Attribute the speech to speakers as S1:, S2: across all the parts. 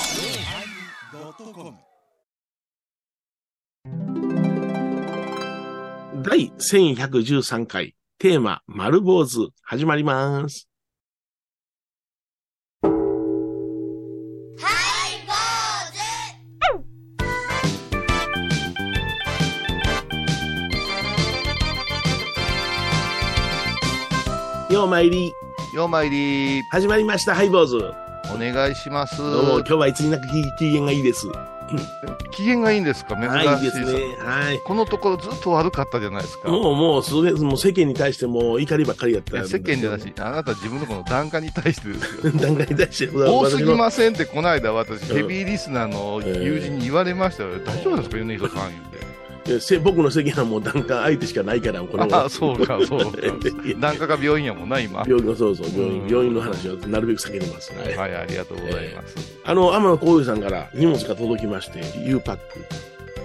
S1: yosmir
S2: 第1113回、テーマ、丸坊主、始まります。ようまいり、
S3: ようまいり
S2: 始まりました、ハイ坊主。
S3: お願いします。
S2: どうも、今日はいつになく機嫌がいいです。
S3: 機嫌がいいんですか珍しい
S2: はい、いい
S3: さ
S2: ですね。はい。
S3: このところずっと悪かったじゃないですか。
S2: もう、もう、それもう世間に対してもう怒りばっかりやっ
S3: い
S2: た
S3: や
S2: んで
S3: 世間じゃなし、あなた自分のこの段階に対して ですよ。
S2: 段階に対して、
S3: 多すぎ
S2: 私の
S3: ませんってこの間私、
S2: うん
S3: ヘビーリスナーの友人に言われましたよ。大丈夫なんですか、米広さん言う
S2: いやせ僕の席はもう段階相手しかない から、こ
S3: て。ああ、そうか、 そうか。
S2: 病
S3: 段階が病院やもんな、今。は
S2: 院の、そうそう、病
S3: う
S2: 院
S3: ん
S2: 病院の話はなるべく避けてます。はい
S3: い、ありがとうございます。
S2: あの、天野幸雄さんから荷物が届きまして、U パック、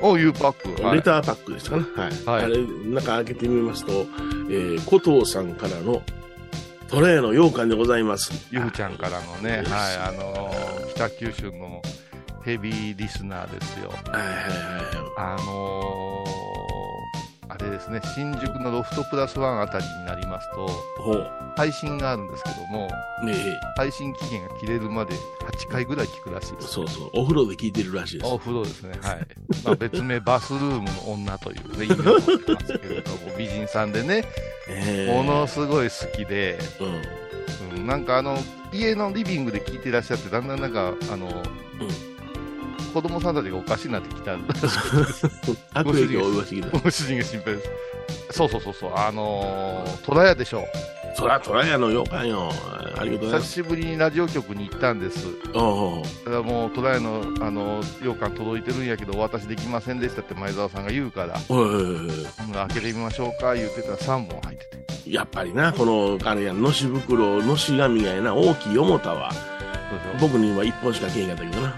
S3: お、ゆうパック。はい
S2: レターパックですかね。はい。
S3: はい
S2: あれ、中開けてみますと、えー、古藤さんからのトレイの羊羹でございます。
S3: ゆうちゃんからのね、
S2: あ
S3: はい、あのー北九州のヘビーリスナーですよ。
S2: はいはいはいは
S3: あのーあれですね、新宿のロフトプラスワンあたりになりますと、
S2: い。ほう。
S3: 配信があるんですけども、
S2: ねえ、
S3: 配信期限が切れるまで8回ぐらい聞くらしいです。
S2: そうそう、お風呂で聞いてるらしいです。
S3: お風呂ですね、はい。まあ、別名、バスルームの女というね、意味を持ってますけれども、 美人さんでね、
S2: え
S3: ものすごい好きで、
S2: うん。
S3: うん、なんかあの、家のリビングで聞いてらっしゃって、だんだんなんか、あの、子供さんたちがおかしになってきたんだ
S2: 悪影響を負いましてき
S3: ご主人が心配です。そうそうそうそう、あのー、トラヤでしょ
S2: た。そらトライアの羊羹よ。ありがとうござい
S3: 久
S2: ます。
S3: しぶりにラジオ局に行ったんです。
S2: おうおう
S3: ただもう、トラヤの、あのー、羊羹届いてるんやけど、お渡しできませんでしたって前澤さんが言うから、
S2: おいおいおいおい
S3: うん開けてみましょうか、言ってたら3本入ってて。
S2: やっぱりな、この、あれやん、のし袋、のし紙がやな、大きい重たは、
S3: そうでしょ
S2: 僕には一本しかけえへんかったけどな。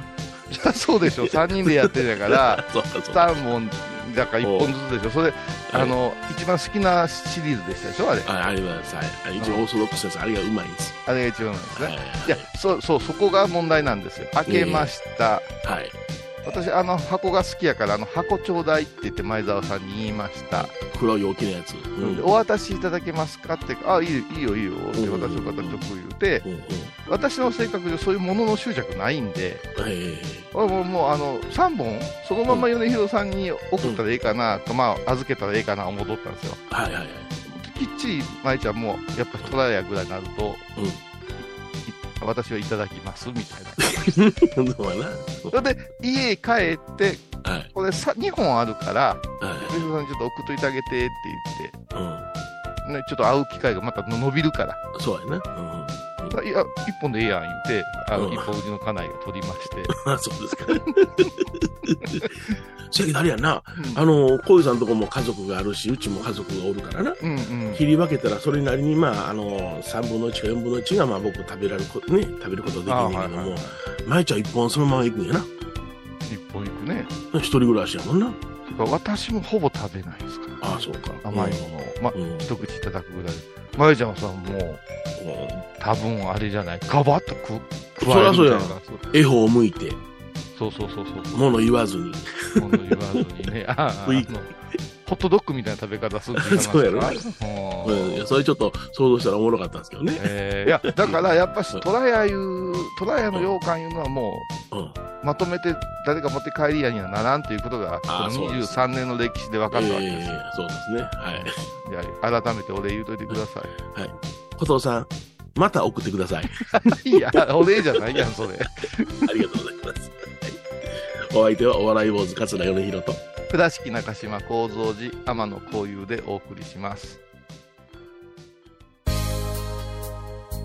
S3: じゃあ そうでしょ、3人でやってるんやから、
S2: そうかそうか。
S3: 3本、だから1本ずつでしょ。それ、あの、一番好きなシリーズでしたでしょ、あれ。
S2: あ、ありがとうございます。はい。一応オーソドックスです。あれがうまいんです。
S3: あれが一番なんです
S2: はい
S3: ね。。いや、そう、そう、そこが問題なんですよ。開けました。
S2: はい。
S3: 私あの箱が好きやからあの箱ちょうだいって言って前澤さんに言いました、
S2: 黒い大きなやつ。うん。うん
S3: でお渡しいただけますかってあいいよいいよいいよって
S2: うん
S3: 私の形を言うて
S2: うん。
S3: 私の性格上そういうものの執着ないんで
S2: え
S3: あもうもうあの3本そのまま米広さんに送ったらいいかなと、まあ預けたらいいかな思っとったんですよ
S2: えはいはいはい。
S3: きっちり舞ちゃんもやっぱトライアぐらいになると、
S2: うん
S3: い私はいただきますみたい な
S2: そうやな。
S3: それで家へ帰って
S2: はい。
S3: これさ2本あるから
S2: は
S3: 米広さんにちょっと送っといてあげてって言って
S2: い。う
S3: ね、ちょっと会う機会がまた伸びるから、
S2: ん。そうやな。
S3: いや、一本でええやん言うて、あの、
S2: うん
S3: 一本うちの家内が取りまして、
S2: うん。 あ、そうですか。 せやけどあれやんな。あの、こういうさんとこも家族があるし、うちも家族がおるからな。
S3: うんうん。
S2: 切り分けたらそれなりにまああの3分の1か4分の1がまあ僕食べられることね食べることでき
S3: あ
S2: る
S3: あ
S2: んだ
S3: は
S2: け
S3: い
S2: ど
S3: はい
S2: も
S3: はい。
S2: 舞ちゃん一本そのまま行くんやな
S3: 一本いくね。
S2: 一人暮らしやもんな
S3: てか私もほぼ食べないですから、
S2: ああそうか
S3: 甘いものを。まあ、
S2: うん、うん
S3: 一口いただくぐらい。まゆちゃんさんも、多分あれじゃない、ガバッと食う食われるみたいな
S2: そりゃ絵本を向いて
S3: そうそうそうそうそう。
S2: 物言わずに
S3: 物言わずにね。ああ、あ
S2: い
S3: のホットドッグみたいな食べ方するって言ってま
S2: そうやろ
S3: したから
S2: う
S3: うん
S2: んいやそれちょっと想像したらおもろかったんですけどね
S3: えーいや、だからやっぱし、トラヤいう、トラヤの羊羹いうのはも
S2: うん
S3: う、まとめて誰か持って帰りやにはならんということが、こ
S2: あー
S3: の
S2: そうです
S3: 23年の歴史で分かったわけ
S2: え
S3: ですよ。
S2: えそうですねはい
S3: いや改めてお礼言うといてくださ
S2: 後藤さんまた送ってください
S3: い。 いや、お礼じゃないやん、それ。
S2: ありがとうございますはいお相手はお笑い坊主桂米宏と
S3: 倉敷中島幸三寺天野幸雄でお送りします。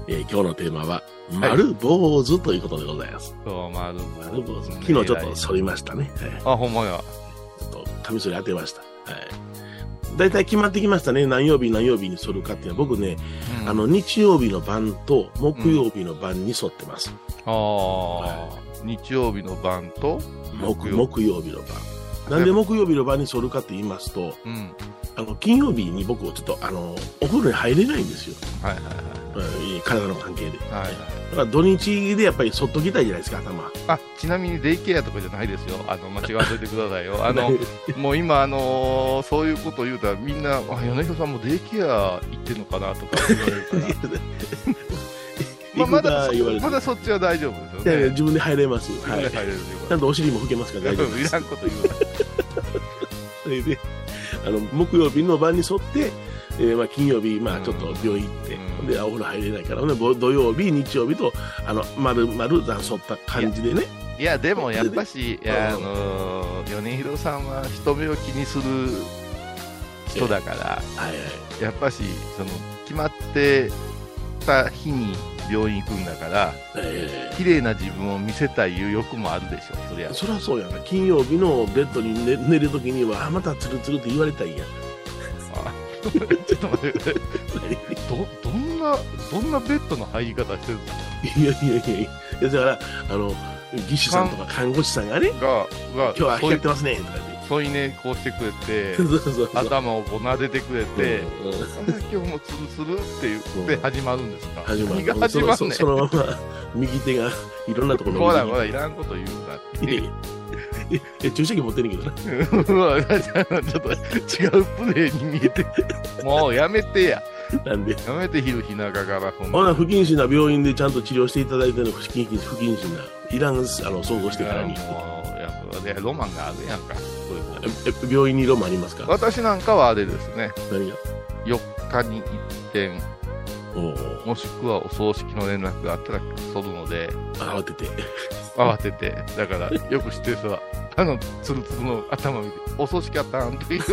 S2: えー今日のテーマは、丸坊主ということでございます。
S3: どうもある
S2: 丸坊主。昨日ちょっと反りましたね。はい、
S3: あ、ほんまや。
S2: ちょっと、カミソリ当てました。はい。大体決まってきましたね。何曜日何曜日に反るかっていうのは、僕ね、
S3: うん
S2: あ、の、日曜日の晩と木曜日の晩に反ってます。
S3: あー日曜日の晩と、
S2: 木
S3: 木曜
S2: 木曜日の晩。なんで木曜日の晩に剃るかって言いますと、
S3: うん。
S2: あの金曜日に僕、ちょっとあのお風呂に入れないんですよ、
S3: はいはい
S2: うん体の関係で。
S3: はい。は
S2: はい
S3: い、
S2: だから土日でやっぱり剃っときたいじゃないですか、頭。
S3: あ、ちなみにデイケアとかじゃないですよ。あの、間違わんといてくださいよ。 あの、 もう今、あのーそういうことを言うたら、みんな、あ、米広さんもデイケア行ってんのかなとか言われる から。まあ、まだ
S2: いくら言われて
S3: まだそっちは大丈夫です
S2: いやい
S3: よ
S2: や
S3: ね。
S2: 自分で入れます。
S3: は、
S2: はいい。
S3: 入れるよ
S2: ちゃんとお尻も拭けますから大丈夫
S3: い
S2: です。
S3: らんこと言うな。
S2: それで、あの、木曜日の晩に沿って、えーまあ、金曜日、まあ、ちょっと病院行って、
S3: うん
S2: で、あお風呂入れないから、ね、ぼ土曜日、日曜日と、あの、丸々残そった感じでね。
S3: いや、でもやっぱし、いやあのー米広さんは人目を気にする人だから、
S2: はいはい。
S3: やっぱし、その、決まってた日に病院行くんだから、
S2: え
S3: 綺麗な自分を見せたいいう欲もあるでしょ、そりゃ
S2: ー。そりゃそうやな。金曜日のベッドに寝寝るときには、あ、またツルツルって言われたいやん。
S3: あちょっと待ってくださいど、どんな、どんなベッドの入り方してるんです
S2: いやいやいやいや。だから、あの、技師さんとか看護師さんがね、
S3: かが、
S2: 今日は
S3: が、
S2: 光ってますね、とか言って。
S3: 添い寝こうしてくれて
S2: そ、うそうそう。
S3: 頭をこう撫でてくれて、
S2: うんうん
S3: あ今日もツルツルって言って始まるんですか
S2: 始ま
S3: 何
S2: る
S3: が始ま
S2: そ
S3: る
S2: の
S3: ね
S2: そのそのまま右手がいろんなところ
S3: ほら
S2: 右
S3: ほらいらん こと言うなって
S2: いやいやいや注射器持ってんねんけどな。
S3: うわちょっと違うプレーに見えてもうやめてや
S2: なんで。
S3: やめてひるひながからほん
S2: ほ
S3: ま
S2: な、不謹慎な病院でちゃんと治療していただいてるの不謹慎、不謹慎な。いらん、あの、想像してからに
S3: い。やもうやっぱいやロマンがあるやんかそういうこと
S2: ええ病院にロマンありますか
S3: 私なんかはあれですね
S2: 何が
S3: 4日に1点
S2: おお
S3: もしくはお葬式の連絡があったらそるので
S2: 慌てて。
S3: 慌ててだからよく知ってる人はあのツルツルの頭見てお葬式あったんっていう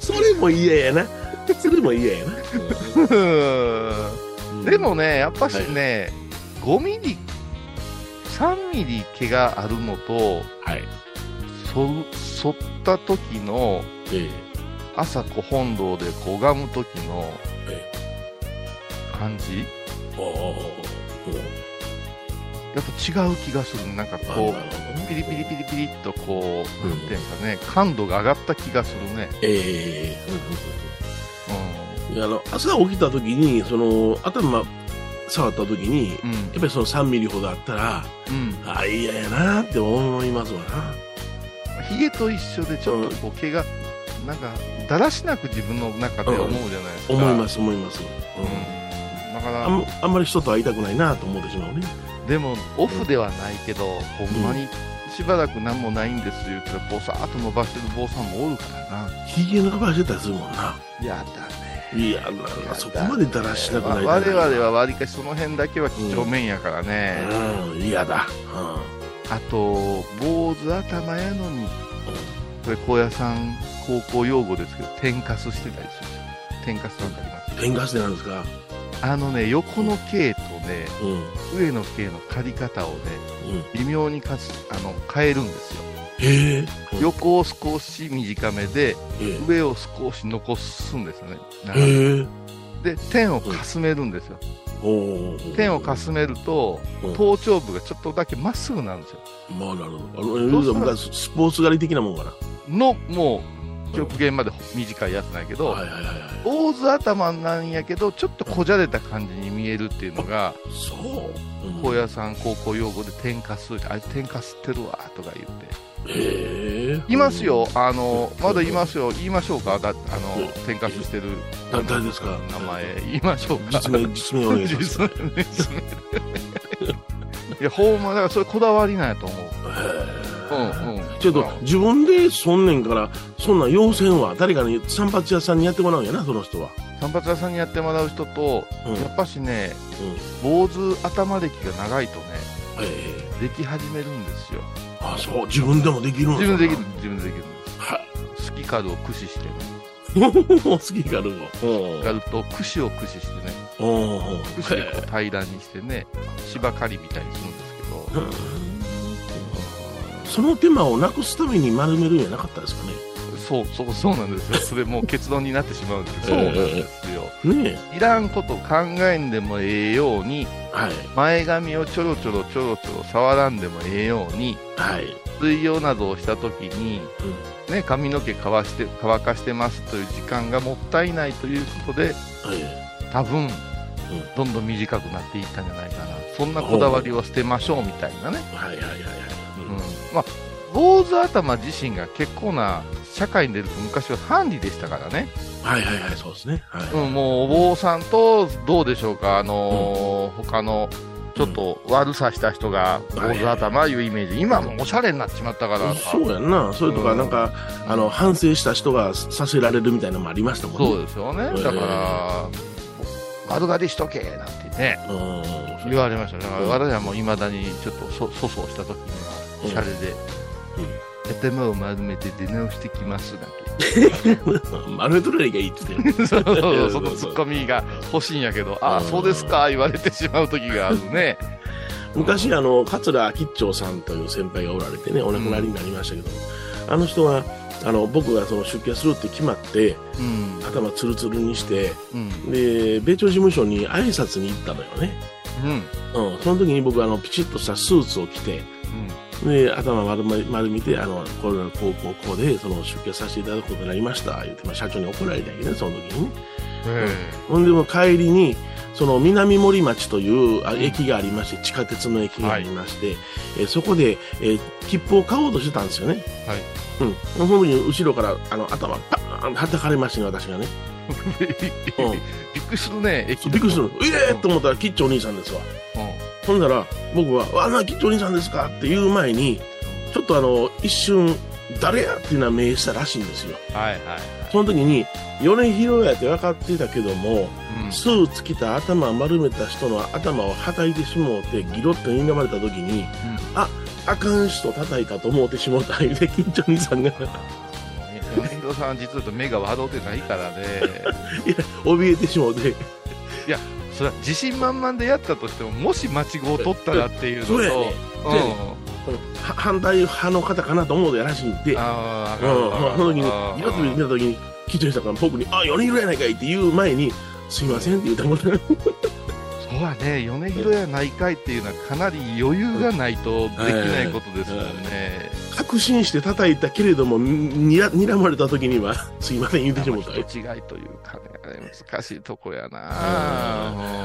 S2: それも嫌やな。それも嫌やな。うん
S3: で、もね、やっぱしね、5ミリ、3ミリ毛があるのと、
S2: はい。
S3: そ、剃った時の、
S2: え
S3: 朝こ本堂でこがむ時の
S2: え、
S3: 感じ
S2: えおお
S3: やっぱ違う気がする。なんかこう、ピリピリピリピリっとこ
S2: う
S3: う、
S2: ん
S3: なんていうんですかね、感度が上がった気がするね。
S2: ええあの朝起きた時にその頭触った時に
S3: うん。うん。
S2: やっぱりその3ミリほどあったら
S3: うん。
S2: あ嫌やなって思いますわな
S3: ヒゲと一緒でちょっとこう毛が、なんか、だらしなく自分の中で思うじゃないですか。。
S2: 思いますす思います、うん
S3: うん。だから、
S2: あんあんまり人と会いたくないなと思ってしまうね
S3: でもオフではないけど、ほんまにしばらく何もないんですよって言ったらぼさーっと伸ばしてる坊さんもおるからな
S2: ひげ伸ばしてたりするもんな
S3: やだね
S2: いやなそこまでだらしなくない
S3: 我々はわりかしその辺だけは几帳面やからね、
S2: うん嫌だ、
S3: あと坊主頭やのにこれ高野さん高校用語ですけど天かすしてたりする天かすなんかあります
S2: うん、ペンガスでなんですか
S3: あのね横の毛とね
S2: うんうん
S3: 上の毛の刈り方をね微妙にかすあの変えるんですよ
S2: へえ
S3: 横を少し短めで
S2: え
S3: 上を少し残すんですよね。
S2: えへえ
S3: で、点をかすめるんですよ。
S2: おー
S3: 点をかすめると
S2: うん、
S3: 頭頂部がちょっとだけまっすぐなんですよ。
S2: まあなるほど。あの、ルーがスポーツ狩り的なもんか
S3: の、もう、極限まで短いやつなんやけ
S2: な。
S3: ど、
S2: はいはいはいはい。
S3: 坊主頭なんやけど、ちょっとこじゃれた感じに見えるっていうのが、
S2: そう。うん
S3: 高野山高校用語で点かす、あいつ点かすってるわ、とか言って。
S2: へえ。
S3: いますよ、
S2: うん。
S3: あの、
S2: うん
S3: まだいますよ、言いましょうか、だあ
S2: う
S3: の
S2: ん、
S3: 点かすしてる。
S2: だ誰ですか
S3: 名前、言いましょうか。
S2: 実名、実名お願いします。
S3: 実名ですねいや、ほんま、だからそれこだわりなんやと思う。うん
S2: へえ
S3: うん
S2: ちょっと自分でそんねんから、そんなん要請は誰かに散髪屋さんにやってもらうんやな、その人は。
S3: 散髪屋さんにやってもらう人と、
S2: うん。うん
S3: やっぱしね、坊主頭歴が長いとね、
S2: ええ。
S3: でき始めるんですよ。
S2: あ、そう。自分でもできるん
S3: 自分ででき
S2: る。
S3: る、自分でできるんで
S2: はい。
S3: す。スキカルを駆使して
S2: 好
S3: ね、
S2: きかるも。
S3: スキカルと櫛を駆使してね、
S2: うん。うん。
S3: 櫛でこう平らにしてね、芝刈りみたいにするんですけど、
S2: うんその手間をなくすために丸めるんやなかったですかね。
S3: そう、そう、そうなんですよ。それもう結論になってしまうんですけど、そうなんですよ。
S2: ね
S3: いらんこと考えんでもええように、
S2: え。はい。
S3: 前髪をちょろちょろちょろちょろ触らんでもええように
S2: はい。
S3: 水曜などをした時に、ね、髪の毛乾して乾かしてますという時間がもったいないということで
S2: はい
S3: 多分どんどん短くなっていったんじゃないかなそんなこだわりを捨てましょうみたいなね、
S2: はいはいはいはい。う
S3: うんんまあ、坊主頭自身が結構な社会に出ると昔はハンディでしたからね、
S2: はいはいはい、そうですね。はい。
S3: うん、もうお坊さんとどうでしょうか、あのー他のちょっと悪さした人が坊主頭いうイメージ、今はもうおしゃれになっちまったからさ
S2: そうやんな、それとか、
S3: うん
S2: なんか、あの反省した人がさせられるみたいなのもありましたもんね。
S3: そうですよね、
S2: うん
S3: だから、悪がでしとけなんてね、
S2: うん
S3: 言われましたね、だから
S2: うん
S3: 私はもういまだにちょっとそ粗相した時には、おしゃれで、頭を丸めて出直してきますなんて、
S2: 丸めとるやりがいいっつって。
S3: そうそうそうそ
S2: そうそう
S3: のツッコミが欲しいんやけど、ああ、
S2: うん
S3: そうですか、言われてしまう時があるね。
S2: 昔、あの、桂吉兆さんという先輩がおられてね、お亡くなりになりましたけど、あの人は、あの、僕がその出家するって決まって、
S3: うん
S2: 頭ツルツルにして、
S3: うん
S2: で、米朝事務所に挨拶に行ったのよね。
S3: うん
S2: うん、その時に僕はあのピチッとしたスーツを着て、で頭丸ま丸見て、あのこれこうこうこうでその出家させていただくことになりました、言って、まあ、社長に怒られたんやけどね、その時にね。ほんでもう帰りに、その南森町というあ駅がありまして、地下鉄の駅がありまして、えーそこで、えー切符を買おうとしてたんですよね。
S3: はい
S2: うん、その時に後ろからあの頭、パーンと叩かれましてね、私がね。うん
S3: びっくりするね、駅
S2: びっくりするの。ええ
S3: うん
S2: と思ったら、キッチンお兄さんですわ。
S3: うん
S2: ほんなら、僕は、わあ、な、きっとお兄さんですかって言う前に、ちょっとあの、一瞬、誰やっていうのは名したらしいんですよ。
S3: はいはいはい。
S2: その時に、米広やって分かってたけども、
S3: うん
S2: スーツ着た頭丸めた人の頭をはたいてしもうて、ギロッと睨まれた時に、あかん人叩いたと思うてしもうた相手、 きっちょ兄さんが
S3: うん米広さん、実は目が笑うてないからね、
S2: 怯えてしもうて、
S3: それは自信満々でやったとしても、もし間違うを取ったらっていうのと、
S2: そうやね
S3: う
S2: そうや
S3: ん
S2: このは反対派の方かなと思うてらしいんで、
S3: あ
S2: うん、
S3: ーわ
S2: まあその時に
S3: か、
S2: ギ
S3: る
S2: ロッ
S3: わか
S2: と
S3: る
S2: 見た時に、きっちょ兄さんから僕に、あ、米広やないかいって言う前に、すいませんって言うたもんね。
S3: そうやね、米広やないかいっていうのは、かなり余裕がないとできないことですもんね。
S2: 確信して叩いたけれどもににら睨まれた時にはすいません言うてしもうた
S3: 人違いというかね、あれ難しいとこや
S2: う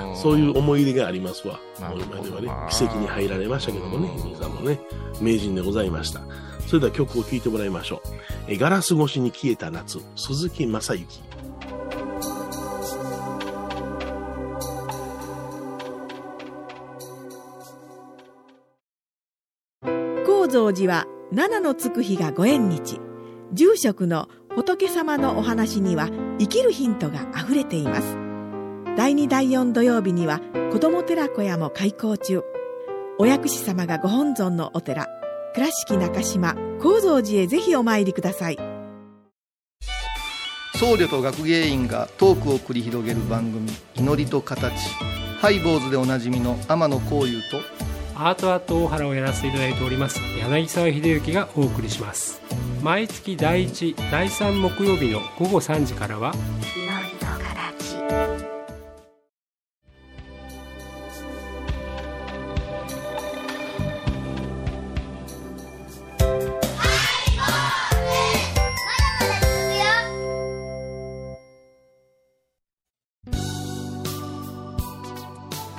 S3: な。
S2: そういう思い出がありますわ
S3: なる
S2: もう
S3: ほ
S2: 今
S3: ど
S2: で
S3: な
S2: はね奇跡に入られましたけどもね
S3: うん
S2: 兄さんもね名人でございましたそれでは曲を聴いてもらいましょう「えガラス越しに消えた夏」鈴木雅之
S1: 高蔵寺は七のつく日がご縁日住職の仏様のお話には生きるヒントがあふれています第2第4土曜日には子ども寺小屋も開校中お薬師様がご本尊のお寺倉敷中島・高蔵寺へぜひお参りください
S4: 僧侶と学芸員がトークを繰り広げる番組「祈りと形」ハイボーズでおなじみの天野幸雄と
S5: アートアート大原をやらせていただいております柳沢秀幸がお送りします毎月第1第3木曜日の午後3時からは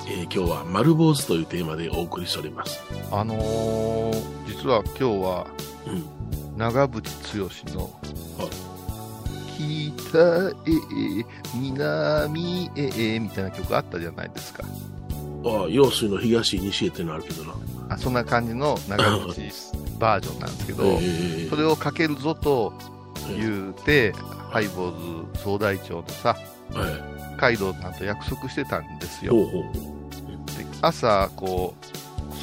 S2: えー今日は「丸坊主」というテーマでお送りしております、
S3: あのー実は今日は
S2: うん、
S3: 長渕剛の
S2: はい
S3: 「北へ南へ」みたいな曲あったじゃないですか
S2: ああ用水の東西へっていうのあるけどな
S3: あそんな感じの長渕バージョンなんですけど
S2: えー
S3: それをかけるぞと言うてハイボーズ総大長とさ
S2: はい
S3: カイドウさんと約束してたんですよ
S2: ほうほう
S3: で朝こう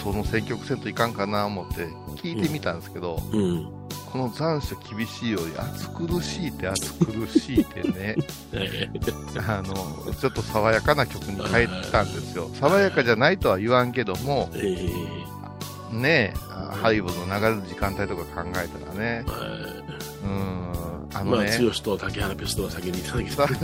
S3: その選曲せんといかんかな思って聞いてみたんですけど、
S2: うん
S3: この残暑厳しいより暑苦しいって暑苦しいって ね
S2: え
S3: あのちょっと爽やかな曲に変えたんですよ爽やかじゃないとは言わんけども
S2: ーえ
S3: ねえあハイボの流れる時間帯とか考えたらね
S2: ーはい
S3: うんあ
S2: ま
S3: の
S2: あ、
S3: ね,、
S2: 剛と竹原ピストは先にいただきた
S3: さ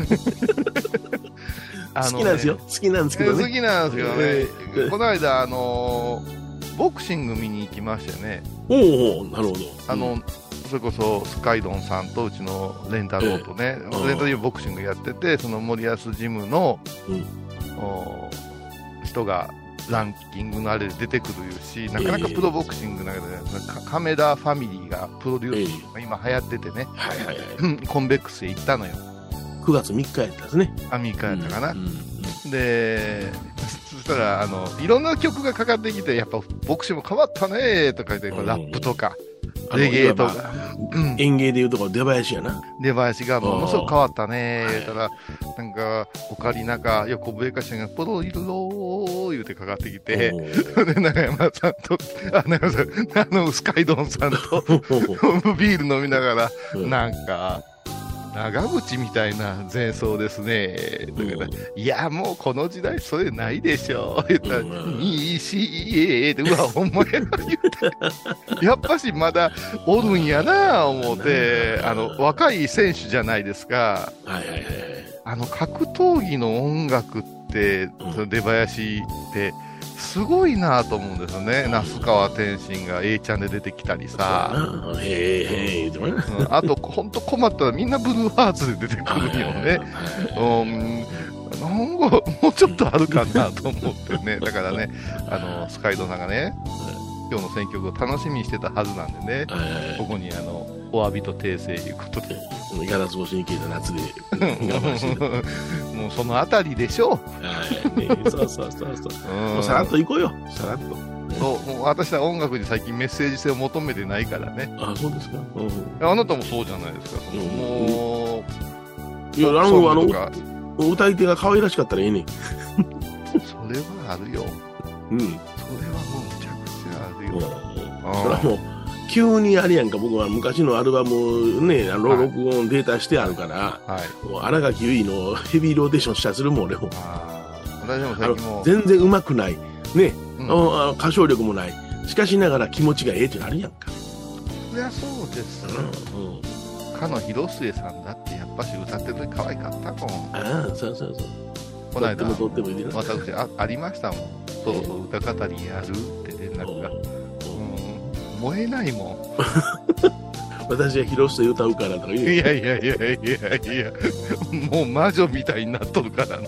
S3: あのね
S2: 好きなんですよ。好きなんですけど
S3: 好
S2: ね。
S3: きなんですけどね、
S2: えー
S3: この間あのーボクシング見に行きましてね、
S2: おうおうなるほど。
S3: あの、それこそスカイドンさんとうちのレンタローとね、
S2: ええ
S3: レンタローボクシングやってて、その森保ジムの、
S2: うん
S3: お人がランキングのあれで出てくるし、なかなかプロボクシングの中で、か亀田ファミリーがプロデュース、今流行っててね
S2: う、んはいはいはい。
S3: コンベックスへ行ったのよ、
S2: 9月3日やったんですね。
S3: アメリカやったかな。
S2: うんうん
S3: で、そしたら、あの、いろんな曲がかかってきて、やっぱ、ボクシング変わったねーとか言って、こうラップとか、
S2: あの
S3: レゲエと
S2: いわ
S3: か、うん
S2: ば園芸でいうとこの出囃子やな。
S3: 出囃子がものすごく変わったね
S2: あー
S3: 言うたら、なんか、オカリナか、横笛かしらが、ポロリロー言うてかかってきて、
S2: おう
S3: で、中山さんと、あ、中山さん、あの、スカイドンさんと、ビール飲みながら、
S2: うん
S3: なんか、長渕みたいな前奏ですね。
S2: うん
S3: だから、いや、もうこの時代それないでしょ。言ったら、
S2: うん
S3: いいし、いいえ、って、うわ、ほんまや、言って。やっぱしまだおるんやな、思って、あの、若い選手じゃないですか。
S2: はいはいはいはい。
S3: あの、格闘技の音楽って、
S2: うん
S3: その出囃子って、すごいなと思うんですよね。那須川天心が A ちゃんで出てきたりさ。
S2: そうやなへえへえ言うてもな。
S3: うんあと、本当困ったらみんなブルーハーツで出てくるよね。うんなんかもうちょっとあるかなと思ってね、だからね、あのスカイドさんがね、今日の選曲を楽しみにしてたはずなんでね、
S2: はいはいはい
S3: ここにあのお詫びと訂正いうことで、
S2: ガラス越しに消えた夏で我慢してた。は
S3: もうそのあたりでしょう、
S2: いねそうそうそうそう。
S3: う、
S2: もうんさらっ
S3: そ
S2: と行こうよ。さらっと。
S3: うもう私は音楽に最近メッセージ性を求めてないからね、
S2: あ、そうですか。うん。
S3: あなたもそうじゃないですか、その
S2: うん
S3: もう、
S2: いや、ラン
S3: ソ
S2: あ
S3: ン
S2: の
S3: グと、か、
S2: 歌い手が可愛らしかったらええねん。
S3: それはあるよ、
S2: うん。
S3: それはもうむちゃくちゃある
S2: うん
S3: よ。
S2: それはもう、急にあれやんか、僕は昔のアルバムね、あの
S3: はい
S2: 録音データしてあるから、
S3: はい
S2: もう荒垣結衣のヘビーローテーションしたするもん、俺も。
S3: あー私も
S2: あ
S3: 最近も
S2: の全然上手くない。ね、
S3: う
S2: あ
S3: ん
S2: のあの歌唱力もない。しかしながら気持ちがええってなるやんか。
S3: そりゃそうですよ、
S2: うん。うん、
S3: かの広末さんだってやっぱし歌ってる時可愛かったもん
S2: ああ、そうそうそう。
S3: こないだ
S2: とってもとってもいいな。
S3: 私あありましたもんそろそろ歌語りやるって連絡が、うん、燃えないも
S2: 私が広瀬歌うからとか
S3: ん
S2: 言う
S3: いやいやいやいやいやもう魔女みたいになっとるか らね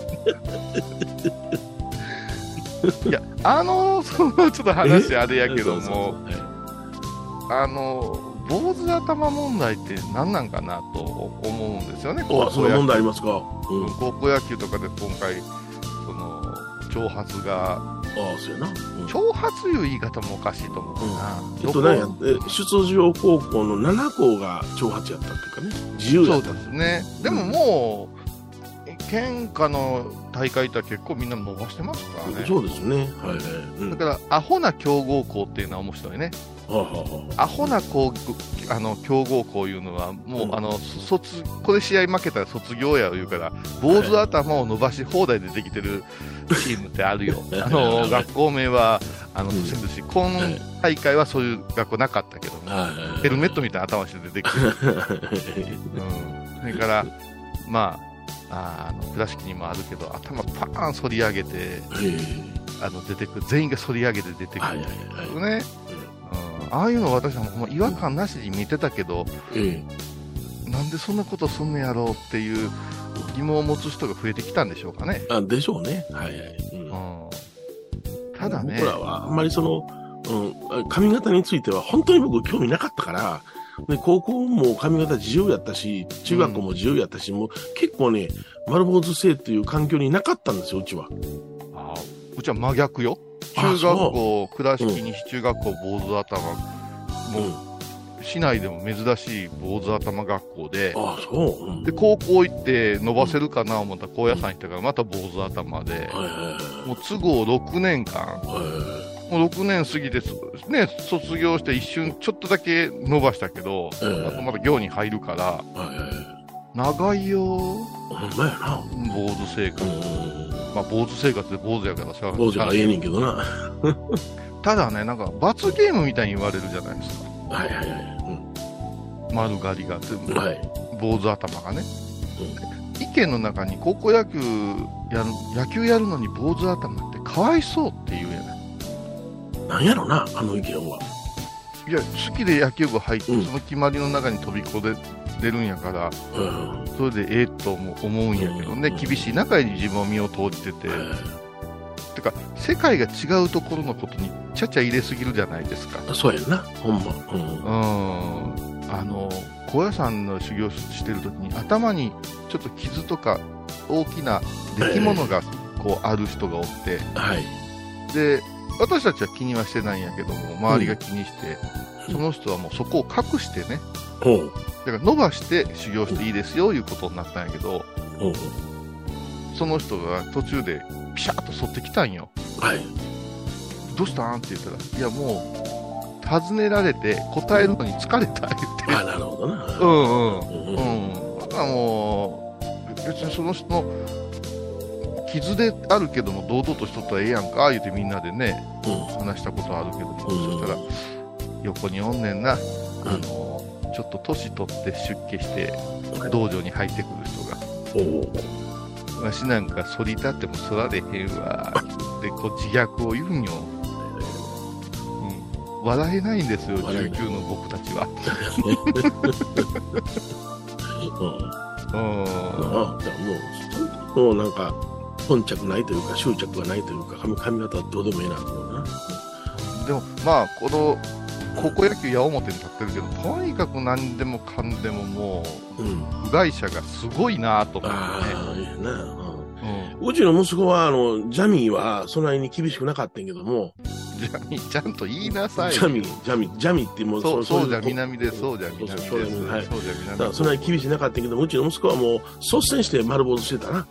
S3: いやあのそのちょっと話あれやけども
S2: そうそう
S3: あの坊主頭問題って何なんかなと思うんですよね
S2: そうはい、おそんな
S3: 野球
S2: 問題ありますかうん。あ
S3: 高校野球とかで今回、その挑発が、
S2: あ、そうやな。うん
S3: 挑発いう言い方もおかしいと思うな、
S2: えっと、なんや、え出場高校の7校が挑発やったっていうかね、自由
S3: そ
S2: や
S3: う
S2: った。
S3: ですね、でももう、県下の大会っては結構みんな伸ばしてますからね、
S2: そうですね。はいはい。うん
S3: だからアホな強豪校っていうのは面白いね、
S2: はあはあはあ
S3: アホな校あの強豪校いうのは、もう、
S2: うん、
S3: あの卒これ試合負けたら卒業やいうから、坊主頭を伸ばし放題でできてるチームってあるよ あの学校名はあの
S2: うん
S3: 伏せるし、今
S2: はい
S3: 大会はそういう学校なかったけども、
S2: はいはい
S3: ヘルメットみたいな頭して出てきてる、うん、それから、まあ、あーあの倉敷にもあるけど、頭パーン反り上げて、
S2: え
S3: あの出てくる全員が反り上げて出て
S2: え
S3: く
S2: はい
S3: る
S2: はい
S3: よ
S2: はい。
S3: ね。うんああいうの私はもう違和感なしに見てたけど、
S2: え
S3: なんでそんなことすんのやろうっていう疑問を持つ人が増えてきたんでしょうかね。
S2: えあでしょうね。はいはい。うん
S3: うん、ただね
S2: 僕、らはあんまりその、うん、髪型については本当に僕興味なかったから、で高校も髪型自由やったし、中学校も自由やったし、もう結構ね、丸坊主性っていう環境になかったんですよ、うちは。
S3: あうちは真逆よ。
S2: あ
S3: 中学
S2: そ
S3: 校、倉敷西中学校、坊主頭、もう市内でも珍しい坊主頭学校で、
S2: ああ、そう。うん
S3: で、高校行って伸ばせるかな思ったら高野山行ったからまた坊主頭で、
S2: はいはい
S3: もう都合6年間、
S2: はいはい。
S3: もう6年過ぎて、ね、卒業して一瞬ちょっとだけ伸ばしたけど、
S2: ええ
S3: あとまた行に入るから、
S2: はいはい
S3: 長いよ、
S2: ほんまやな。
S3: 坊主生活。
S2: う
S3: まあ、坊主生活で坊主やからさ
S2: ん。坊主はええねんけどな。は
S3: ただね、なんか罰ゲームみたいに言われるじゃないですか。
S2: いはいはい。
S3: 丸刈りが、
S2: うん、はい。
S3: 坊主頭がね、意見の中に高校野球やる野球やるのに坊主頭ってかわいそうっていうやない
S2: なんやろな、あの意見は。
S3: いや、好きで野球部入って、
S2: うん
S3: その決まりの中に飛び込んで出るんやから、
S2: うん。
S3: それでええとも思うんやけどね、
S2: うん
S3: 厳しい中に自分を身を投じてて、
S2: え
S3: てか、世界が違うところのことにちゃちゃ入れすぎるじゃないですか。
S2: ーそうやんな、ほんま。うん
S3: う。ん、あの高野山の修行してる時に頭にちょっと傷とか大きな出来物がこうある人がおって、
S2: はい。
S3: で私たちは気にはしてないんやけども周りが気にして、
S2: うん
S3: その人はもうそこを隠してね
S2: ほう。
S3: だから伸ばして修行していいですよいうことになったんやけど
S2: ほう。
S3: その人が途中でピシャッと反ってきたんよ
S2: はい。
S3: 「どうしたん?」って言ったら「いやもう尋ねられて答えるのに疲れた」言って
S2: あ、なるほどな。
S3: う。んう
S2: うん。
S3: ん
S2: うん。
S3: うん、だからもう、別にその人の傷であるけども、堂々としとったらええやんか、言うてみんなでね、話したことあるけども、
S2: うん
S3: そしたら、横におんねんな、あ
S2: うん
S3: のちょっと年取って出家して、道場に入ってくる人が。
S2: ほう。
S3: わしなんか反り立っても反られへんわ。で、こう自虐を言うんよ。うん。笑えないんですよ、
S2: 笑えない
S3: 19の僕たちは。
S2: うん。
S3: うん。
S2: ああ、じゃあもう、もうなんか、頓着ないというか、執着がないというか、髪髪型はどうでもいいなと思うな。
S3: でも、まあ、この高校野球、矢面に立ってるけど、とにかく何でもかんでもも
S2: うん。
S3: う、部外者がすごいなと思っ
S2: ああ、いいな。うん
S3: てね、
S2: うちの息子は、あの、ジャミーは、そんなに厳しくなかったんやけども、
S3: うん、じゃあみ、ちゃんと言いな
S2: ジ
S3: さい、
S2: ャミー、ジャミー、ジャミーってもう、
S3: そうそうじ
S2: い
S3: ゃ南です、そうじゃ南です、
S2: そ
S3: そうう
S2: そうそう
S3: じ
S2: じゃ南はい
S3: ゃ
S2: だ
S3: 南
S2: から
S3: です、
S2: そんなに厳しくなかったんやけども、うちの息子はもう、率先して丸坊主してたな。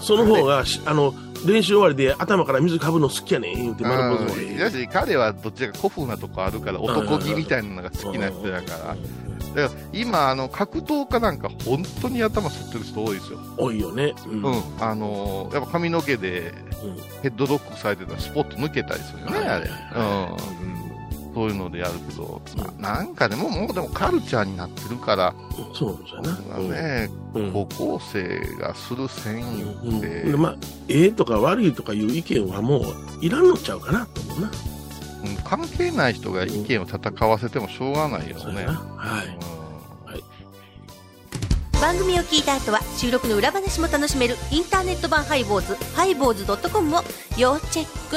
S2: その方が、しあの、練習終わりで頭から水かぶるの好きやねん、言うて丸坊主
S3: うんいやし彼はどっちか古風なとこあるから男気みたいなのが好きな人だからだから今あの格闘家なんか本当に頭剃ってる人多いですよ、
S2: 多いよね。うん
S3: うんあのーやっぱ髪の毛でヘッドロックされてたらスポッと抜けたりするよね、あれ。うん。そういうのでやるけど、ななんかでも、もうでもカルチャーになってるから、
S2: そうなんですよ
S3: あの
S2: な。
S3: ね、
S2: うん
S3: 高校生がする戦
S2: うん
S3: 友って、
S2: でまあ、ええとか悪いとかいう意見はもういらんのちゃうかなと思うな。
S3: うん関係ない人が意見を戦わせてもしょうがないよ
S2: そう
S3: ね
S2: やな。はい。
S6: 番組を聞いた後は収録の裏話も楽しめるインターネット版ハイボーズハイボーズドットコムを要チェック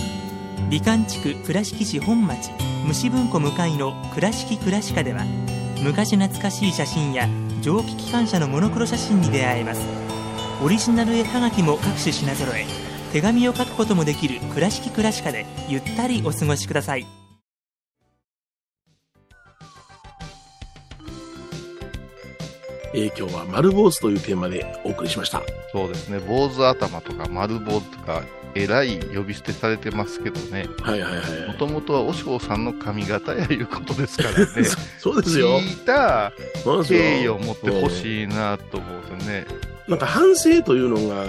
S7: 美観地区倉敷市本町虫文庫向かいの「倉敷倉歯科」では昔懐かしい写真や蒸気機関車のモノクロ写真に出会えますオリジナル絵はがきも各種品揃え手紙を書くこともできる「倉敷倉歯科」でゆったりお過ごしください
S2: えー今日は丸坊主というテーマでお送りしました。
S3: そうですね、坊主頭とか丸坊主とか、えらい呼び捨てされてますけどね、
S2: はいはいは
S3: も
S2: い。
S3: ともとは和尚さんの髪型やいうことですからね、
S2: そうですよ。
S3: 聞いた
S2: そうですよ
S3: 敬意を持ってほしいなと思うとね、
S2: なんか反省というのが、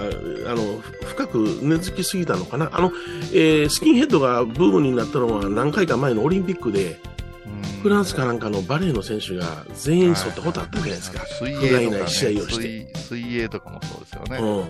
S2: あの、ふ深く根付きすぎたのかな。あの、えースキンヘッドがブームになったのは何回か前のオリンピックで、
S3: うん
S2: フランスかなんかのバレーの選手が全員剃ったことあったじゃないですか。
S3: 水
S2: 不甲
S3: 泳
S2: 斐
S3: とか、
S2: ない
S3: ね、
S2: 試合をして。
S3: 水水泳とかもそうですよね、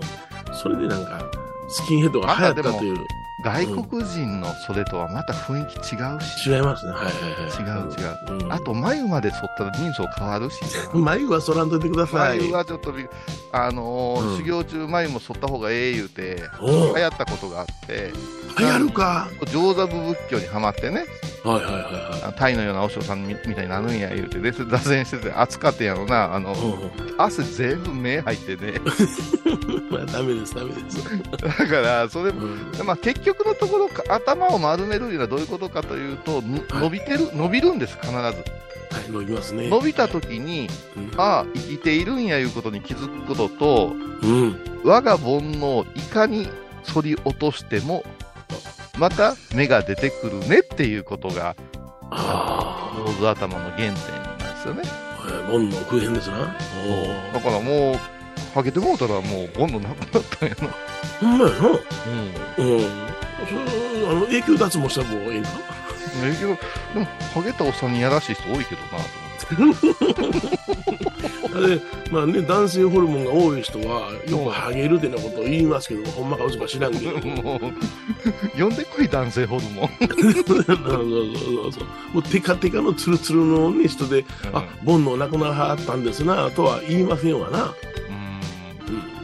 S2: うん。それでなんか、スキンヘッドが流行ったという。
S3: 外国人のそれとはまた雰囲気違うし、
S2: 違いますね。はいはいはい。
S3: 違う
S2: 違う。うん、
S3: あと眉まで剃ったら人相変わるし、
S2: 眉 はそらんといてください。
S3: 眉はちょっとび、あのー
S2: うん
S3: 修行中、眉も剃った方がええ言うて、
S2: おう
S3: 流行ったことがあって、
S2: 流行るか。
S3: 上座部仏教にはまってね、
S2: はいはいは
S3: あタイのような和尚さんみみたいになるんや言うて、で、それ座禅してて、暑かってんやろな、あの、
S2: いはい。
S3: 汗全部目入ってね、
S2: うん。 まあ、ダメです、ダメです。
S3: だから、それ
S2: うん
S3: まあ、結局のところか頭を丸めるというのはどういうことかというとぬ伸びてる伸びるんです必ず
S2: はい、伸びますね。
S3: 伸びた時に
S2: うん
S3: ああ生きているんやいうことに気づくことと
S2: うん。
S3: 我が煩悩をいかに反り落としてもまた芽が出てくるねっていうことが、坊主頭の原点なんですよね。
S2: ボンの空変ですな。
S3: だからもう、はげてもうたらもうボンドなくなったんやな。
S2: ほんまやな。うん。うん。そあの永久脱毛した方がいいな。
S3: 永久、でも、ハゲたおっさんにやらしい人多いけどな
S2: あれ、まあね、男性ホルモンが多い人は、よくハゲるってなことを言いますけど、ほんまか嘘か知らんけど。
S3: 呼んでこい、男性ホルモン。
S2: そうそうそうそう。もうテカテカのツルツルの、ね、人で、あ、煩悩なくなはったんですな、とは言いませんわな。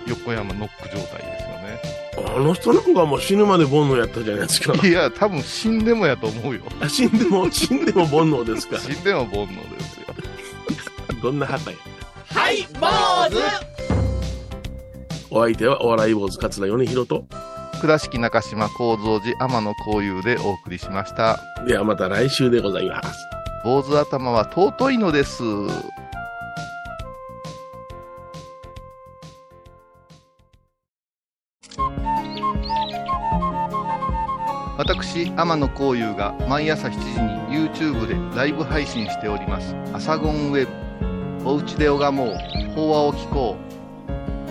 S3: 横山ノック状態ですよね。
S2: あの人の子がもう死ぬまで煩悩やったじゃないですか。
S3: いや、多分死んでもやと思うよ。
S2: 死んでも、死んでも煩悩ですか。
S3: 死んでも煩悩ですよ。
S2: どんな旗や。
S8: はい坊主
S2: お相手はお笑い坊主桂米広と。
S3: 倉敷中島幸三寺天野幸雄でお送りしました。
S2: ではまた来週でございます。
S3: 坊主頭は尊いのです。
S4: 私天野幸雄が毎朝7時に YouTube でライブ配信しております「アサゴンウェブ」「おうちで拝もう法話を聞こう」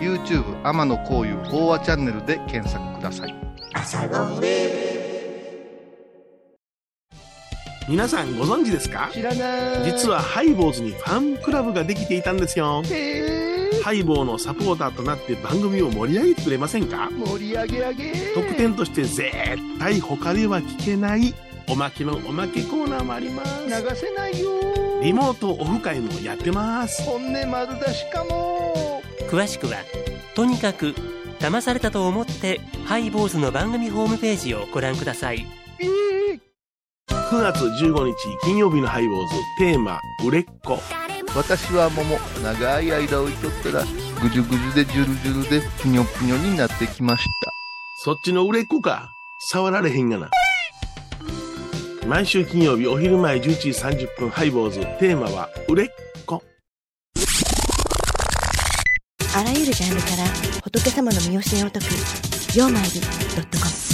S4: YouTube 天野幸雄法話チャンネルで検索ください
S2: 皆さんご存知ですか
S4: 知らない
S2: 実はハイボーズにファンクラブができていたんですよハイボーのサポーターとなって番組を盛り上げてくれませんか
S4: 盛り上げ上げ
S2: 特典として絶対他では聞けないおまけのおまけコーナーもあります
S4: 流せないよ
S2: リモートオフ会もやってます
S4: 本音丸出しかも
S7: 詳しくはとにかく騙されたと思ってハイボーズの番組ホームページをご覧ください
S2: 9月15日金曜日のハイボーズテーマ売れっ子
S3: 私は桃長い間置いとったらぐじゅぐじゅでジュルジュルでぷにょぷにょになってきました
S2: そっちの売れっ子か触られへんがな毎週金曜日お昼前11時30分ハイボーズテーマは売れっ子
S9: あらゆるジャンルから仏様の身教えを解く「曜マイルドットコム」